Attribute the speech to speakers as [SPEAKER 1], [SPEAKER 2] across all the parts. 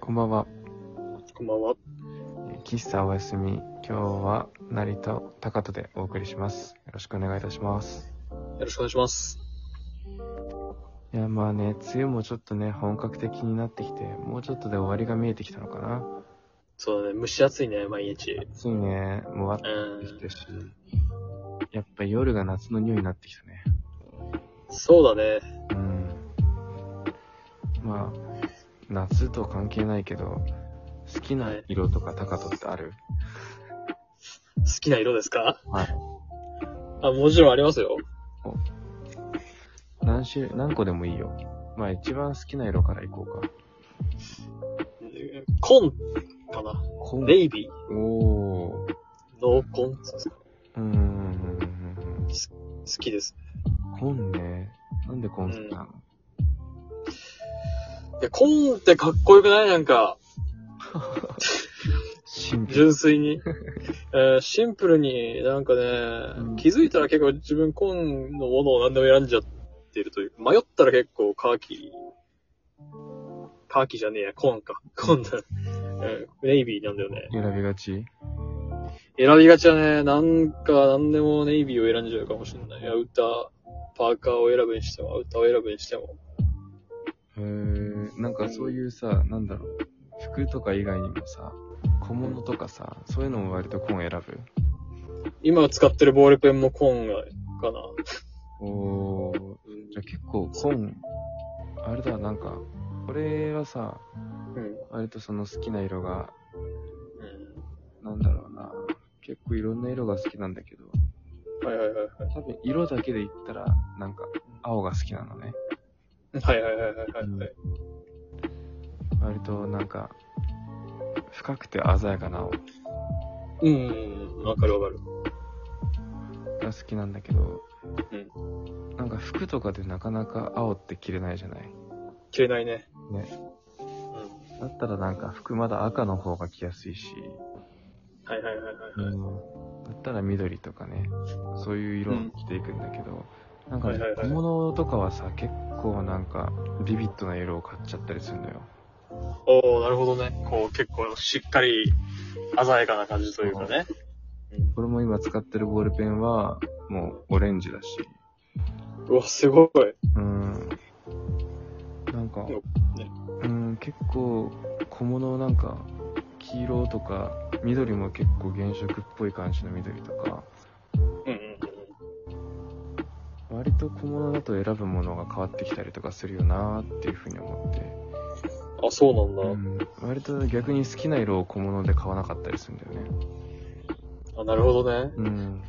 [SPEAKER 1] こんばんは。
[SPEAKER 2] こんばんは。
[SPEAKER 1] えー喫茶おやすみ。今日は成田高田でお送りします。よろしくお願いいたします。
[SPEAKER 2] よろしくお願いします。
[SPEAKER 1] いや、まあね、梅雨もちょっとね、本格的になってきて、もうちょっとで終わりが見えてきたのかな。
[SPEAKER 2] そうだね、蒸し暑いね、毎日。
[SPEAKER 1] 暑いね、もうわっ
[SPEAKER 2] う
[SPEAKER 1] としてきて
[SPEAKER 2] ん。
[SPEAKER 1] るし。やっぱ夜が夏の匂いになってきたね。
[SPEAKER 2] そうだね。
[SPEAKER 1] うん。まあ、夏と関係ないけど、好きな色とか高田ってある
[SPEAKER 2] 好きな色ですか
[SPEAKER 1] はい。
[SPEAKER 2] あ、もちろんありますよ。
[SPEAKER 1] 何種類、何個でもいいよ。まあ一番好きな色からいこうか。
[SPEAKER 2] 紺かな。
[SPEAKER 1] 紺
[SPEAKER 2] ネイビー
[SPEAKER 1] おー。
[SPEAKER 2] の紺好
[SPEAKER 1] うーん。
[SPEAKER 2] きです。
[SPEAKER 1] 紺ね。なんで紺好きなの、
[SPEAKER 2] いや、紺ってかっこよくないなんか、
[SPEAKER 1] シンプル。
[SPEAKER 2] 純粋 に。えーシンプルになんかね、
[SPEAKER 1] ん
[SPEAKER 2] 気づいたら結構自分紺のものを何でも選んじゃってるというか、迷ったら結構カーキ、カーキじゃねえや、紺か。紺だ。うんネイビーなんだよね。
[SPEAKER 1] 選びがち
[SPEAKER 2] 選びがちだね。なんか、なんでもネイビーを選んじゃうかもしれない。アウター、パーカーを選ぶにしても、アウターを選ぶにしても。
[SPEAKER 1] へー。なんかそういうさ、なんだろう。服とか以外にもさ、小物とかさ、そういうのも割と紺選
[SPEAKER 2] 今使ってるボールペンもコーンが、かな。
[SPEAKER 1] ぶ。おー。じゃあ結構紺、あれだ、なんか、これはさ、
[SPEAKER 2] うん。うん。
[SPEAKER 1] 割とその好きな色が、なんだろうな。結構いろんな色が好きなんだけど、
[SPEAKER 2] はいはいはい
[SPEAKER 1] 多分色だけで言ったら、なんか、青が好きなのね。
[SPEAKER 2] はい。はいはいはいはいはいはい。
[SPEAKER 1] 割となんか、深くて鮮やかな青
[SPEAKER 2] うん。わかるわかる。
[SPEAKER 1] が好きなんだけど、
[SPEAKER 2] うん。
[SPEAKER 1] なんか服とかでなかなか青って着れないじゃない。
[SPEAKER 2] 着れないね。
[SPEAKER 1] ね。
[SPEAKER 2] うん。
[SPEAKER 1] だったらなんか服まだ赤の方が着やすいし、
[SPEAKER 2] はいはいはいはいはい。
[SPEAKER 1] だったら緑とかね、そういう色を着ていくんだけど、なんかね
[SPEAKER 2] はいはいはい
[SPEAKER 1] 小物とかはさ、結構なんかビビッドな色を買っちゃったりするのよ。
[SPEAKER 2] おー、なるほどね。こう、結構しっかり、鮮やかな感じというかね。
[SPEAKER 1] これも今使ってるボールペンはもうオレンジだし、
[SPEAKER 2] うわ、すごい。
[SPEAKER 1] うん。なんか、
[SPEAKER 2] ね
[SPEAKER 1] うん、結構小物なんか黄色とか緑も結構原色っぽい感じの緑とか、
[SPEAKER 2] うんうん
[SPEAKER 1] 割と小物だと選ぶものが変わってきたりとかするよなーっていうふうに思って、
[SPEAKER 2] うん。あ、そうなんだ。
[SPEAKER 1] うん、割と逆に好きな色を小物で買わなかったりするんだよね。
[SPEAKER 2] あ、なるほどね。
[SPEAKER 1] うん、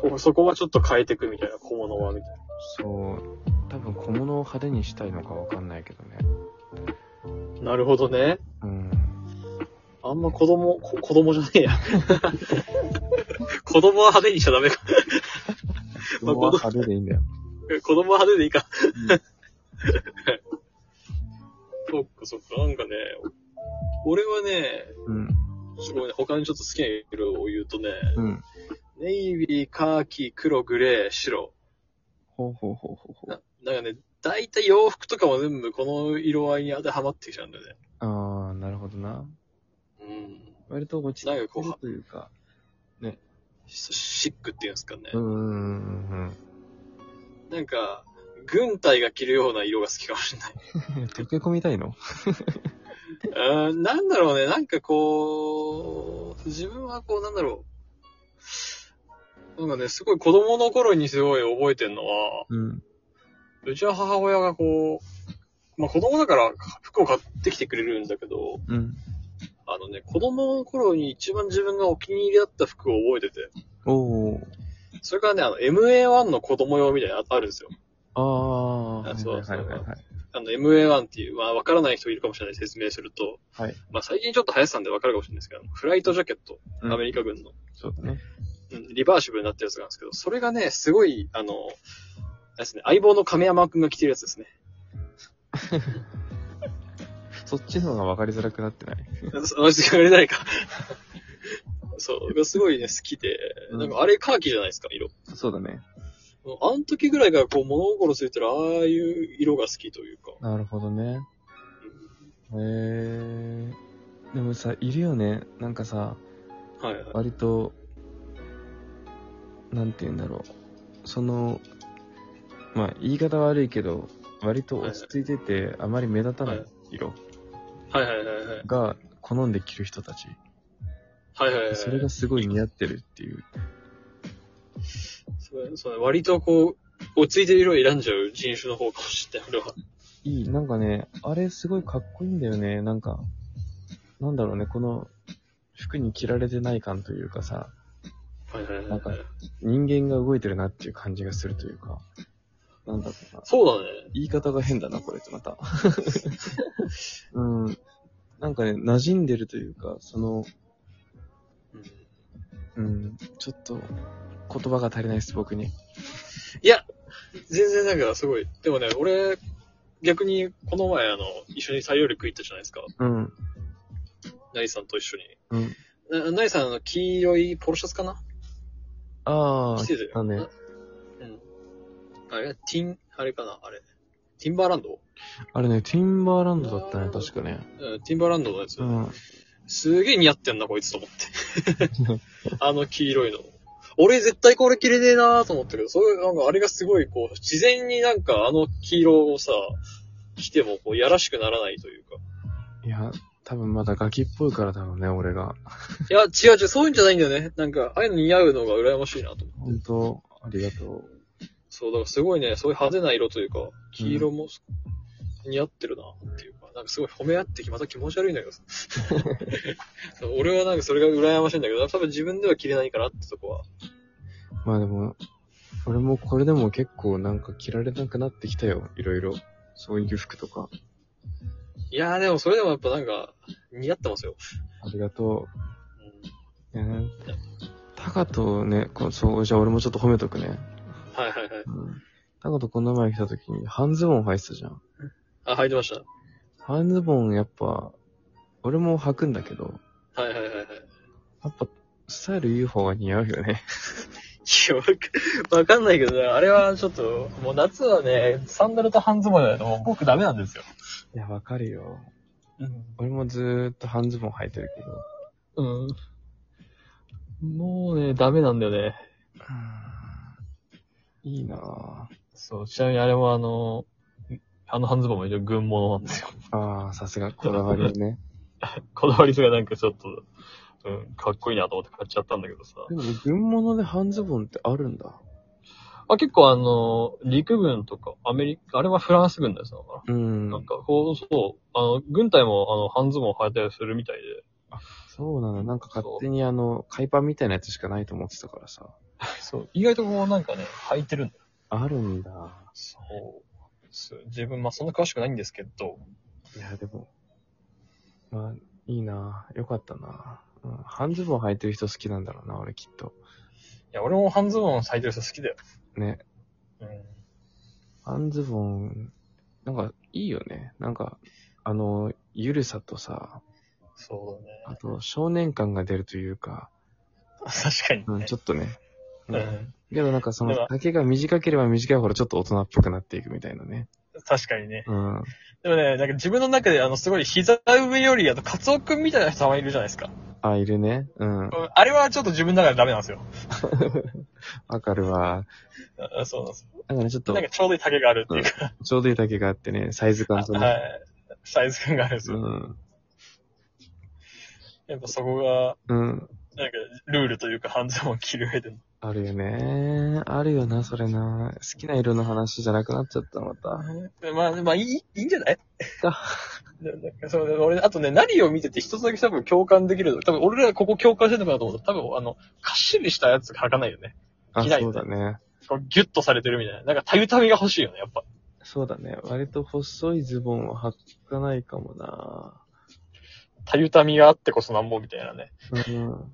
[SPEAKER 2] こうそこはちょっと変えてくみたいな、小物は、みたいな。
[SPEAKER 1] そう、多分小物を派手にしたいのかわかんないけどね。
[SPEAKER 2] なるほどね。
[SPEAKER 1] うん、
[SPEAKER 2] あんま子供、こ子供じゃねえや。子供は派手にしちゃダメか。
[SPEAKER 1] 色は派手でいいん だよ。
[SPEAKER 2] 子供は派手でいいか。そっかそっか、なんかね、俺はね、
[SPEAKER 1] うん、
[SPEAKER 2] すごいね、他にちょっと好きな色を言うとね、
[SPEAKER 1] うん。
[SPEAKER 2] ネイビー、カーキ、黒、グレー、白。
[SPEAKER 1] ほうほうほうほうほう
[SPEAKER 2] な。なんかね、大体洋服とかも全部この色合いに当てはまってきちゃうんだよね。
[SPEAKER 1] あー、なるほどな。
[SPEAKER 2] うん。
[SPEAKER 1] 割と落ち着いてるというか、
[SPEAKER 2] シシックっていうんですかね。
[SPEAKER 1] うんうんうん
[SPEAKER 2] なんか、軍隊が着るような色が好きかもしれない。
[SPEAKER 1] うん。溶け込みたいの
[SPEAKER 2] うーん、なんだろうね、なんかこう、自分はこう、なんだろう。なんかね、すごい子供の頃にすごい覚えてるのは、
[SPEAKER 1] うん。
[SPEAKER 2] うちの母親がこう、まあ子供だから服を買ってきてくれるんだけど、
[SPEAKER 1] うん。
[SPEAKER 2] あのね、子供の頃に一番自分がお気に入りだった服を覚えてて、
[SPEAKER 1] おー。
[SPEAKER 2] それからね、あの、MA1 の子供用みたいなのあるんですよ。
[SPEAKER 1] ああ、はい
[SPEAKER 2] あそう
[SPEAKER 1] はいはいはい。
[SPEAKER 2] あの、MA1 っていう、まあわからない人いるかもしれない説明すると、
[SPEAKER 1] はい
[SPEAKER 2] まあ最近ちょっと流行ってたんでわかるかもしれないですけど、フライトジャケット、
[SPEAKER 1] うん
[SPEAKER 2] アメリカ軍の。
[SPEAKER 1] そうだね。
[SPEAKER 2] うんリバーシブルになったやつなんですけど、それがね、すごい、あの、あれですね、相棒の亀山くんが着てるや つですね。
[SPEAKER 1] そっちの方が分かりづらくなってない。
[SPEAKER 2] その人が売れないか。そう、がすごいね、好きで、
[SPEAKER 1] うん
[SPEAKER 2] なんかあれカーキじゃないですか、色。
[SPEAKER 1] そうだね。
[SPEAKER 2] あの時ぐらいからこう物心ついたら、ああいう色が好きというか。
[SPEAKER 1] なるほどね。
[SPEAKER 2] う
[SPEAKER 1] へ
[SPEAKER 2] ん
[SPEAKER 1] えでもさ、いるよね。なんかさ、
[SPEAKER 2] はいはい。
[SPEAKER 1] 割と、なんて言うんだろう。その、まあ、言い方悪いけど、割と落ち着いてて、あまり目立たな
[SPEAKER 2] はい
[SPEAKER 1] い色
[SPEAKER 2] はいはいはいはい。
[SPEAKER 1] が好んで着る人たち。
[SPEAKER 2] はいはいはい。
[SPEAKER 1] それがすごい似合ってるっていう。
[SPEAKER 2] そうそう割とこう、落ち着いてる色を選んじゃう人種の方かもしれない、俺は。
[SPEAKER 1] いい、なんかね、あれすごいかっこいいんだよね。なんか、なんだろうね、この、服に着られてない感というかさ、
[SPEAKER 2] はいはいはい
[SPEAKER 1] な
[SPEAKER 2] は
[SPEAKER 1] ん
[SPEAKER 2] い
[SPEAKER 1] か。人間が動いてるなっていう感じがするというか、なんだろうな。
[SPEAKER 2] そうだね。
[SPEAKER 1] 言い方が変だな、これってまた。うん。なんかね、馴染んでるというか、その、
[SPEAKER 2] う
[SPEAKER 1] う
[SPEAKER 2] ん
[SPEAKER 1] ん、ちょっと、言葉が足りないです、僕に。
[SPEAKER 2] いや、全然なんかすごい。でもね、俺、逆にこの前あの、一緒に採用力行ったじゃないですか。
[SPEAKER 1] うん、
[SPEAKER 2] ナイさんと一緒に。
[SPEAKER 1] うん。
[SPEAKER 2] なナイさんあの黄色いポロシャツかな
[SPEAKER 1] ああ、
[SPEAKER 2] 着てたよ。
[SPEAKER 1] だね。
[SPEAKER 2] うん。あれティン、あれかなあれ。ティンバーランド
[SPEAKER 1] あれね、ティンバーランドだったね、確かね。
[SPEAKER 2] うん、ティンバーランドのやつ。
[SPEAKER 1] うん。
[SPEAKER 2] すげえ似合ってんな、こいつと思って。 あの黄色いの。俺絶対これ着れねえなーと思ったけど、それなんかあれがすごいこう、自然になんかあの黄色をさ、着てもこう、やらしくならないというか。
[SPEAKER 1] いや、多分まだガキっぽいからだろうね、俺が。
[SPEAKER 2] いや、違う違う、そういうんじゃないんだよね。なんか、ああいうの似合うのが羨ましいなと思って。
[SPEAKER 1] 本当ありがとう。
[SPEAKER 2] そう、だからすごいね、そういう派手な色というか、黄色もす似合ってるなっていうか、なんかすごい褒め合ってき、また気持ち悪いんだけど さ。そう俺はなんかそれが羨ましいんだけど、多分自分では着れないかなってとこは。
[SPEAKER 1] まあでも、俺もこれでも結構なんか着られなくなってきたよ、いろいろ。そういう服とか。
[SPEAKER 2] いやーでもそれでもやっぱなんか、似合ってますよ。
[SPEAKER 1] ありがと
[SPEAKER 2] うん
[SPEAKER 1] う。ね、タカとね、こそう、じゃあ俺もちょっと褒めとくね。
[SPEAKER 2] はいはいはい。
[SPEAKER 1] うん。タカとこの前来た時に半ズボン履いてたじゃん。
[SPEAKER 2] あ、履いてました。
[SPEAKER 1] 半ズボンやっぱ、俺も履くんだけど、
[SPEAKER 2] はいはいはいはい。い
[SPEAKER 1] やっぱ、スタイルいい方が似合うよね。
[SPEAKER 2] や、わかわかんないけどね、あれはちょっと、もう夏はね、サンダルと半ズボンじゃないともう僕ダメなんですよ。
[SPEAKER 1] いや、わかるよ。
[SPEAKER 2] うん。
[SPEAKER 1] 俺もずーっと半ズボン履いてるけど。
[SPEAKER 2] うん。もうね、ダメなんだよね。
[SPEAKER 1] うんいいなぁ。
[SPEAKER 2] そう、ちなみにあれもあの、あの半ズボンも一応軍物なんですよ。
[SPEAKER 1] ああ、さすが、こだわりね。
[SPEAKER 2] こだわりすがなんかちょっと、うん、かっこいいなと思って買っちゃったんだけどさ。
[SPEAKER 1] でも、軍物で半ズボンってあるんだ。
[SPEAKER 2] あ、結構あの、陸軍とか、アメリカ、あれはフランス軍ですのかな。
[SPEAKER 1] うん
[SPEAKER 2] なんか、こう、そう、あの、軍隊も、あの、半ズボンを履いたりするみたいで。
[SPEAKER 1] そうなの。なんか勝手にあの、海パンみたいなやつしかないと思ってたからさ。
[SPEAKER 2] そう。意外とこう、なんかね、履いてるんだよ。
[SPEAKER 1] あるんだ。
[SPEAKER 2] そう。そう自分、まあ、そんな詳しくないんですけど。
[SPEAKER 1] いや、でも、まあ、いいなぁ。よかったなぁ。うん、半ズボン履いてる人好きなんだろうな、俺きっと。
[SPEAKER 2] いや、俺も半ズボンを履いてる人好きだよ。
[SPEAKER 1] ね。
[SPEAKER 2] うん。
[SPEAKER 1] 半ズボン、なんか、いいよね。なんか、あの、ゆるさとさ、
[SPEAKER 2] そうだ
[SPEAKER 1] あ
[SPEAKER 2] ね。
[SPEAKER 1] と、少年感が出るというか、
[SPEAKER 2] 確かに、ね。
[SPEAKER 1] うん、ちょっとね。
[SPEAKER 2] う
[SPEAKER 1] うん
[SPEAKER 2] ん。
[SPEAKER 1] けどなんかその
[SPEAKER 2] だから
[SPEAKER 1] 丈が短ければ短いほどちょっと大人っぽくなっていくみたいなね。
[SPEAKER 2] 確かにね。
[SPEAKER 1] うん。
[SPEAKER 2] でもね、なんか自分の中で、あの、すごい膝上より、あと、カツオくんみたいな人たまにいるじゃないですか。
[SPEAKER 1] あ、いるね。うん。
[SPEAKER 2] うんあれはちょっと自分の中でダメなんですよ。
[SPEAKER 1] わかるわ。
[SPEAKER 2] あそうなんです。
[SPEAKER 1] なんかね、ちょっと
[SPEAKER 2] なん、かちょうどいい丈があるっていうか、
[SPEAKER 1] ちょうどいい丈があってね、サイズ感と
[SPEAKER 2] は
[SPEAKER 1] ね。
[SPEAKER 2] い。サイズ感があるんです
[SPEAKER 1] う
[SPEAKER 2] よ。
[SPEAKER 1] ん。
[SPEAKER 2] やっぱそこが、
[SPEAKER 1] うん。
[SPEAKER 2] なんか、ルールというか、半ズボンを着る上での。
[SPEAKER 1] あるよね。あるよな、それな。好きな色の話じゃなくなっちゃった、また。
[SPEAKER 2] でまあ、まあ、いい、いいんじゃない
[SPEAKER 1] あ
[SPEAKER 2] でなんかそうで俺、あとね、何を見てて一つだけ多分共感できる。多分俺らここ共感してるのかなと思ったら、多分あの、かっしりしたやつ履かないよね。
[SPEAKER 1] あ、
[SPEAKER 2] 嫌い
[SPEAKER 1] そうだね。
[SPEAKER 2] こうギュッとされてるみたいな。なんか、たゆたみが欲しいよね、やっぱ。
[SPEAKER 1] そうだね。割と細いズボンは履かないかもな。
[SPEAKER 2] たゆたみがあってこそなんぼみたいなね。
[SPEAKER 1] うん。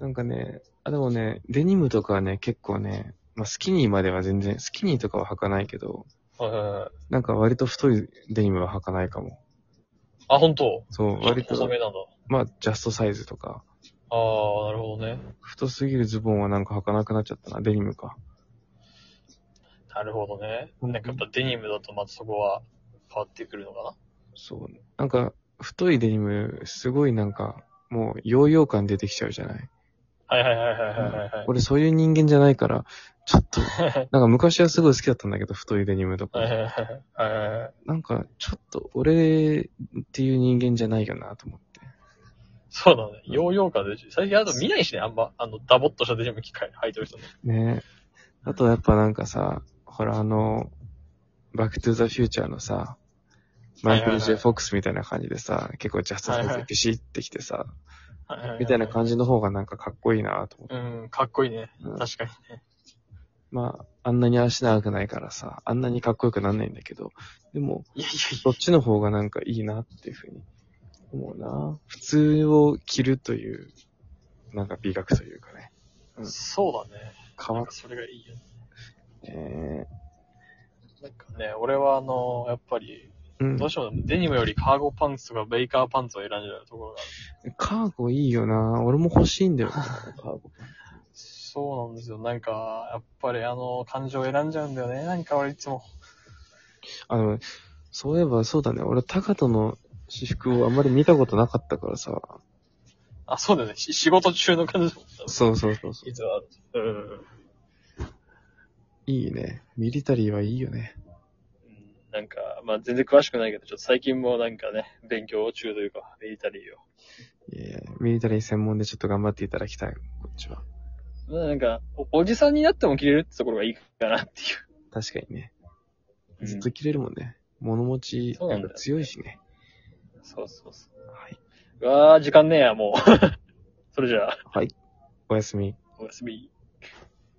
[SPEAKER 1] なんかね、あ、でもね、デニムとかはね、結構ね、まあ、スキニーまでは全然、スキニーとかは履かないけど、
[SPEAKER 2] うん。
[SPEAKER 1] なんか割と太いデニムは履かないかも。
[SPEAKER 2] あ、本当
[SPEAKER 1] そう、割
[SPEAKER 2] 細
[SPEAKER 1] と、
[SPEAKER 2] めなんだ。
[SPEAKER 1] まあ、ジャストサイズとか。
[SPEAKER 2] ああ、なるほどね。
[SPEAKER 1] 太すぎるズボンはなんか履かなくなっちゃったな、デニムか。
[SPEAKER 2] なるほどね。なんかやっぱデニムだとまたそこは変わってくるのか
[SPEAKER 1] そう。なんか、太いデニム、すごいなんか、もう、ヨーヨー感出てきちゃうじゃない、
[SPEAKER 2] はいはいはいはいはいはい。
[SPEAKER 1] 俺そういう人間じゃないから、ちょっ と、なんか昔はすごい好きだったんだけど、太いデニムとか。
[SPEAKER 2] はいはいはいはいはい。
[SPEAKER 1] なんか、ちょっと、俺っていう人間じゃないよなと思って。
[SPEAKER 2] そうだね。ヨーヨー感でし。最近あと見ないしね、あんま、あの、ダボっとしたデニム機械履いてる人ね。
[SPEAKER 1] ねあとやっぱなんかさ、ほらあの、バックトゥーザフューチャーのさ、マイク
[SPEAKER 2] はい
[SPEAKER 1] ル・
[SPEAKER 2] はいはい
[SPEAKER 1] J ・フォックスみたいな感じでさ、結構ジャストサイズでビシッてきてさ、
[SPEAKER 2] ははは
[SPEAKER 1] みたいな感じの方がなんかかっこいいなと思って。
[SPEAKER 2] うん、かっこいいね。
[SPEAKER 1] うん
[SPEAKER 2] 確かにね。
[SPEAKER 1] まあ、あんなに足長くないからさ、あんなにかっこよくなんないんだけど、でも、
[SPEAKER 2] いやい
[SPEAKER 1] そっちの方がなんかいいなっていうふうに思うな。普通を着るという、なんか美学というかね。う
[SPEAKER 2] や、
[SPEAKER 1] ん
[SPEAKER 2] そうだね。
[SPEAKER 1] 変わ
[SPEAKER 2] なん
[SPEAKER 1] っ
[SPEAKER 2] かそれがいいよね。
[SPEAKER 1] てね。
[SPEAKER 2] なんかね、俺はあの、やっぱり、
[SPEAKER 1] うん
[SPEAKER 2] ど。うしてもデニムよりカーゴパンツとかベイカーパンツを選んじゃうところがあ
[SPEAKER 1] カーゴいいよな。俺も欲しいんだよな、カーゴ。
[SPEAKER 2] る。そうなんですよ。なんか、やっぱりあの、感情を選んじゃうんだよね。なんか俺いつも。
[SPEAKER 1] あの、そういえばそうだね。俺、高カの私服をあんまり見たことなかったからさ。
[SPEAKER 2] あ、そうだよね。し仕事中の感情も
[SPEAKER 1] そうそうそうそう。
[SPEAKER 2] いつもある。うん。
[SPEAKER 1] いいね。ミリタリーはいいよね。
[SPEAKER 2] なんか、まあ全然詳しくないけど、ちょっと最近もなんかね、勉強中というか、ミリタリーを。
[SPEAKER 1] いやいやミリタリー専門でちょっと頑張っていただきたい。こっちは。
[SPEAKER 2] まあなんかお、おじさんになっても着れるってところがいいかなっていう。
[SPEAKER 1] 確かにね。
[SPEAKER 2] うん
[SPEAKER 1] ずっと着れるもんね。物持ち、
[SPEAKER 2] そうな
[SPEAKER 1] なん
[SPEAKER 2] だよ
[SPEAKER 1] んか強いしね。
[SPEAKER 2] そうそうそう。
[SPEAKER 1] はい。
[SPEAKER 2] うわー、時間ねえや、もう。それじゃあ、
[SPEAKER 1] はい。おやすみ。
[SPEAKER 2] おやすみ。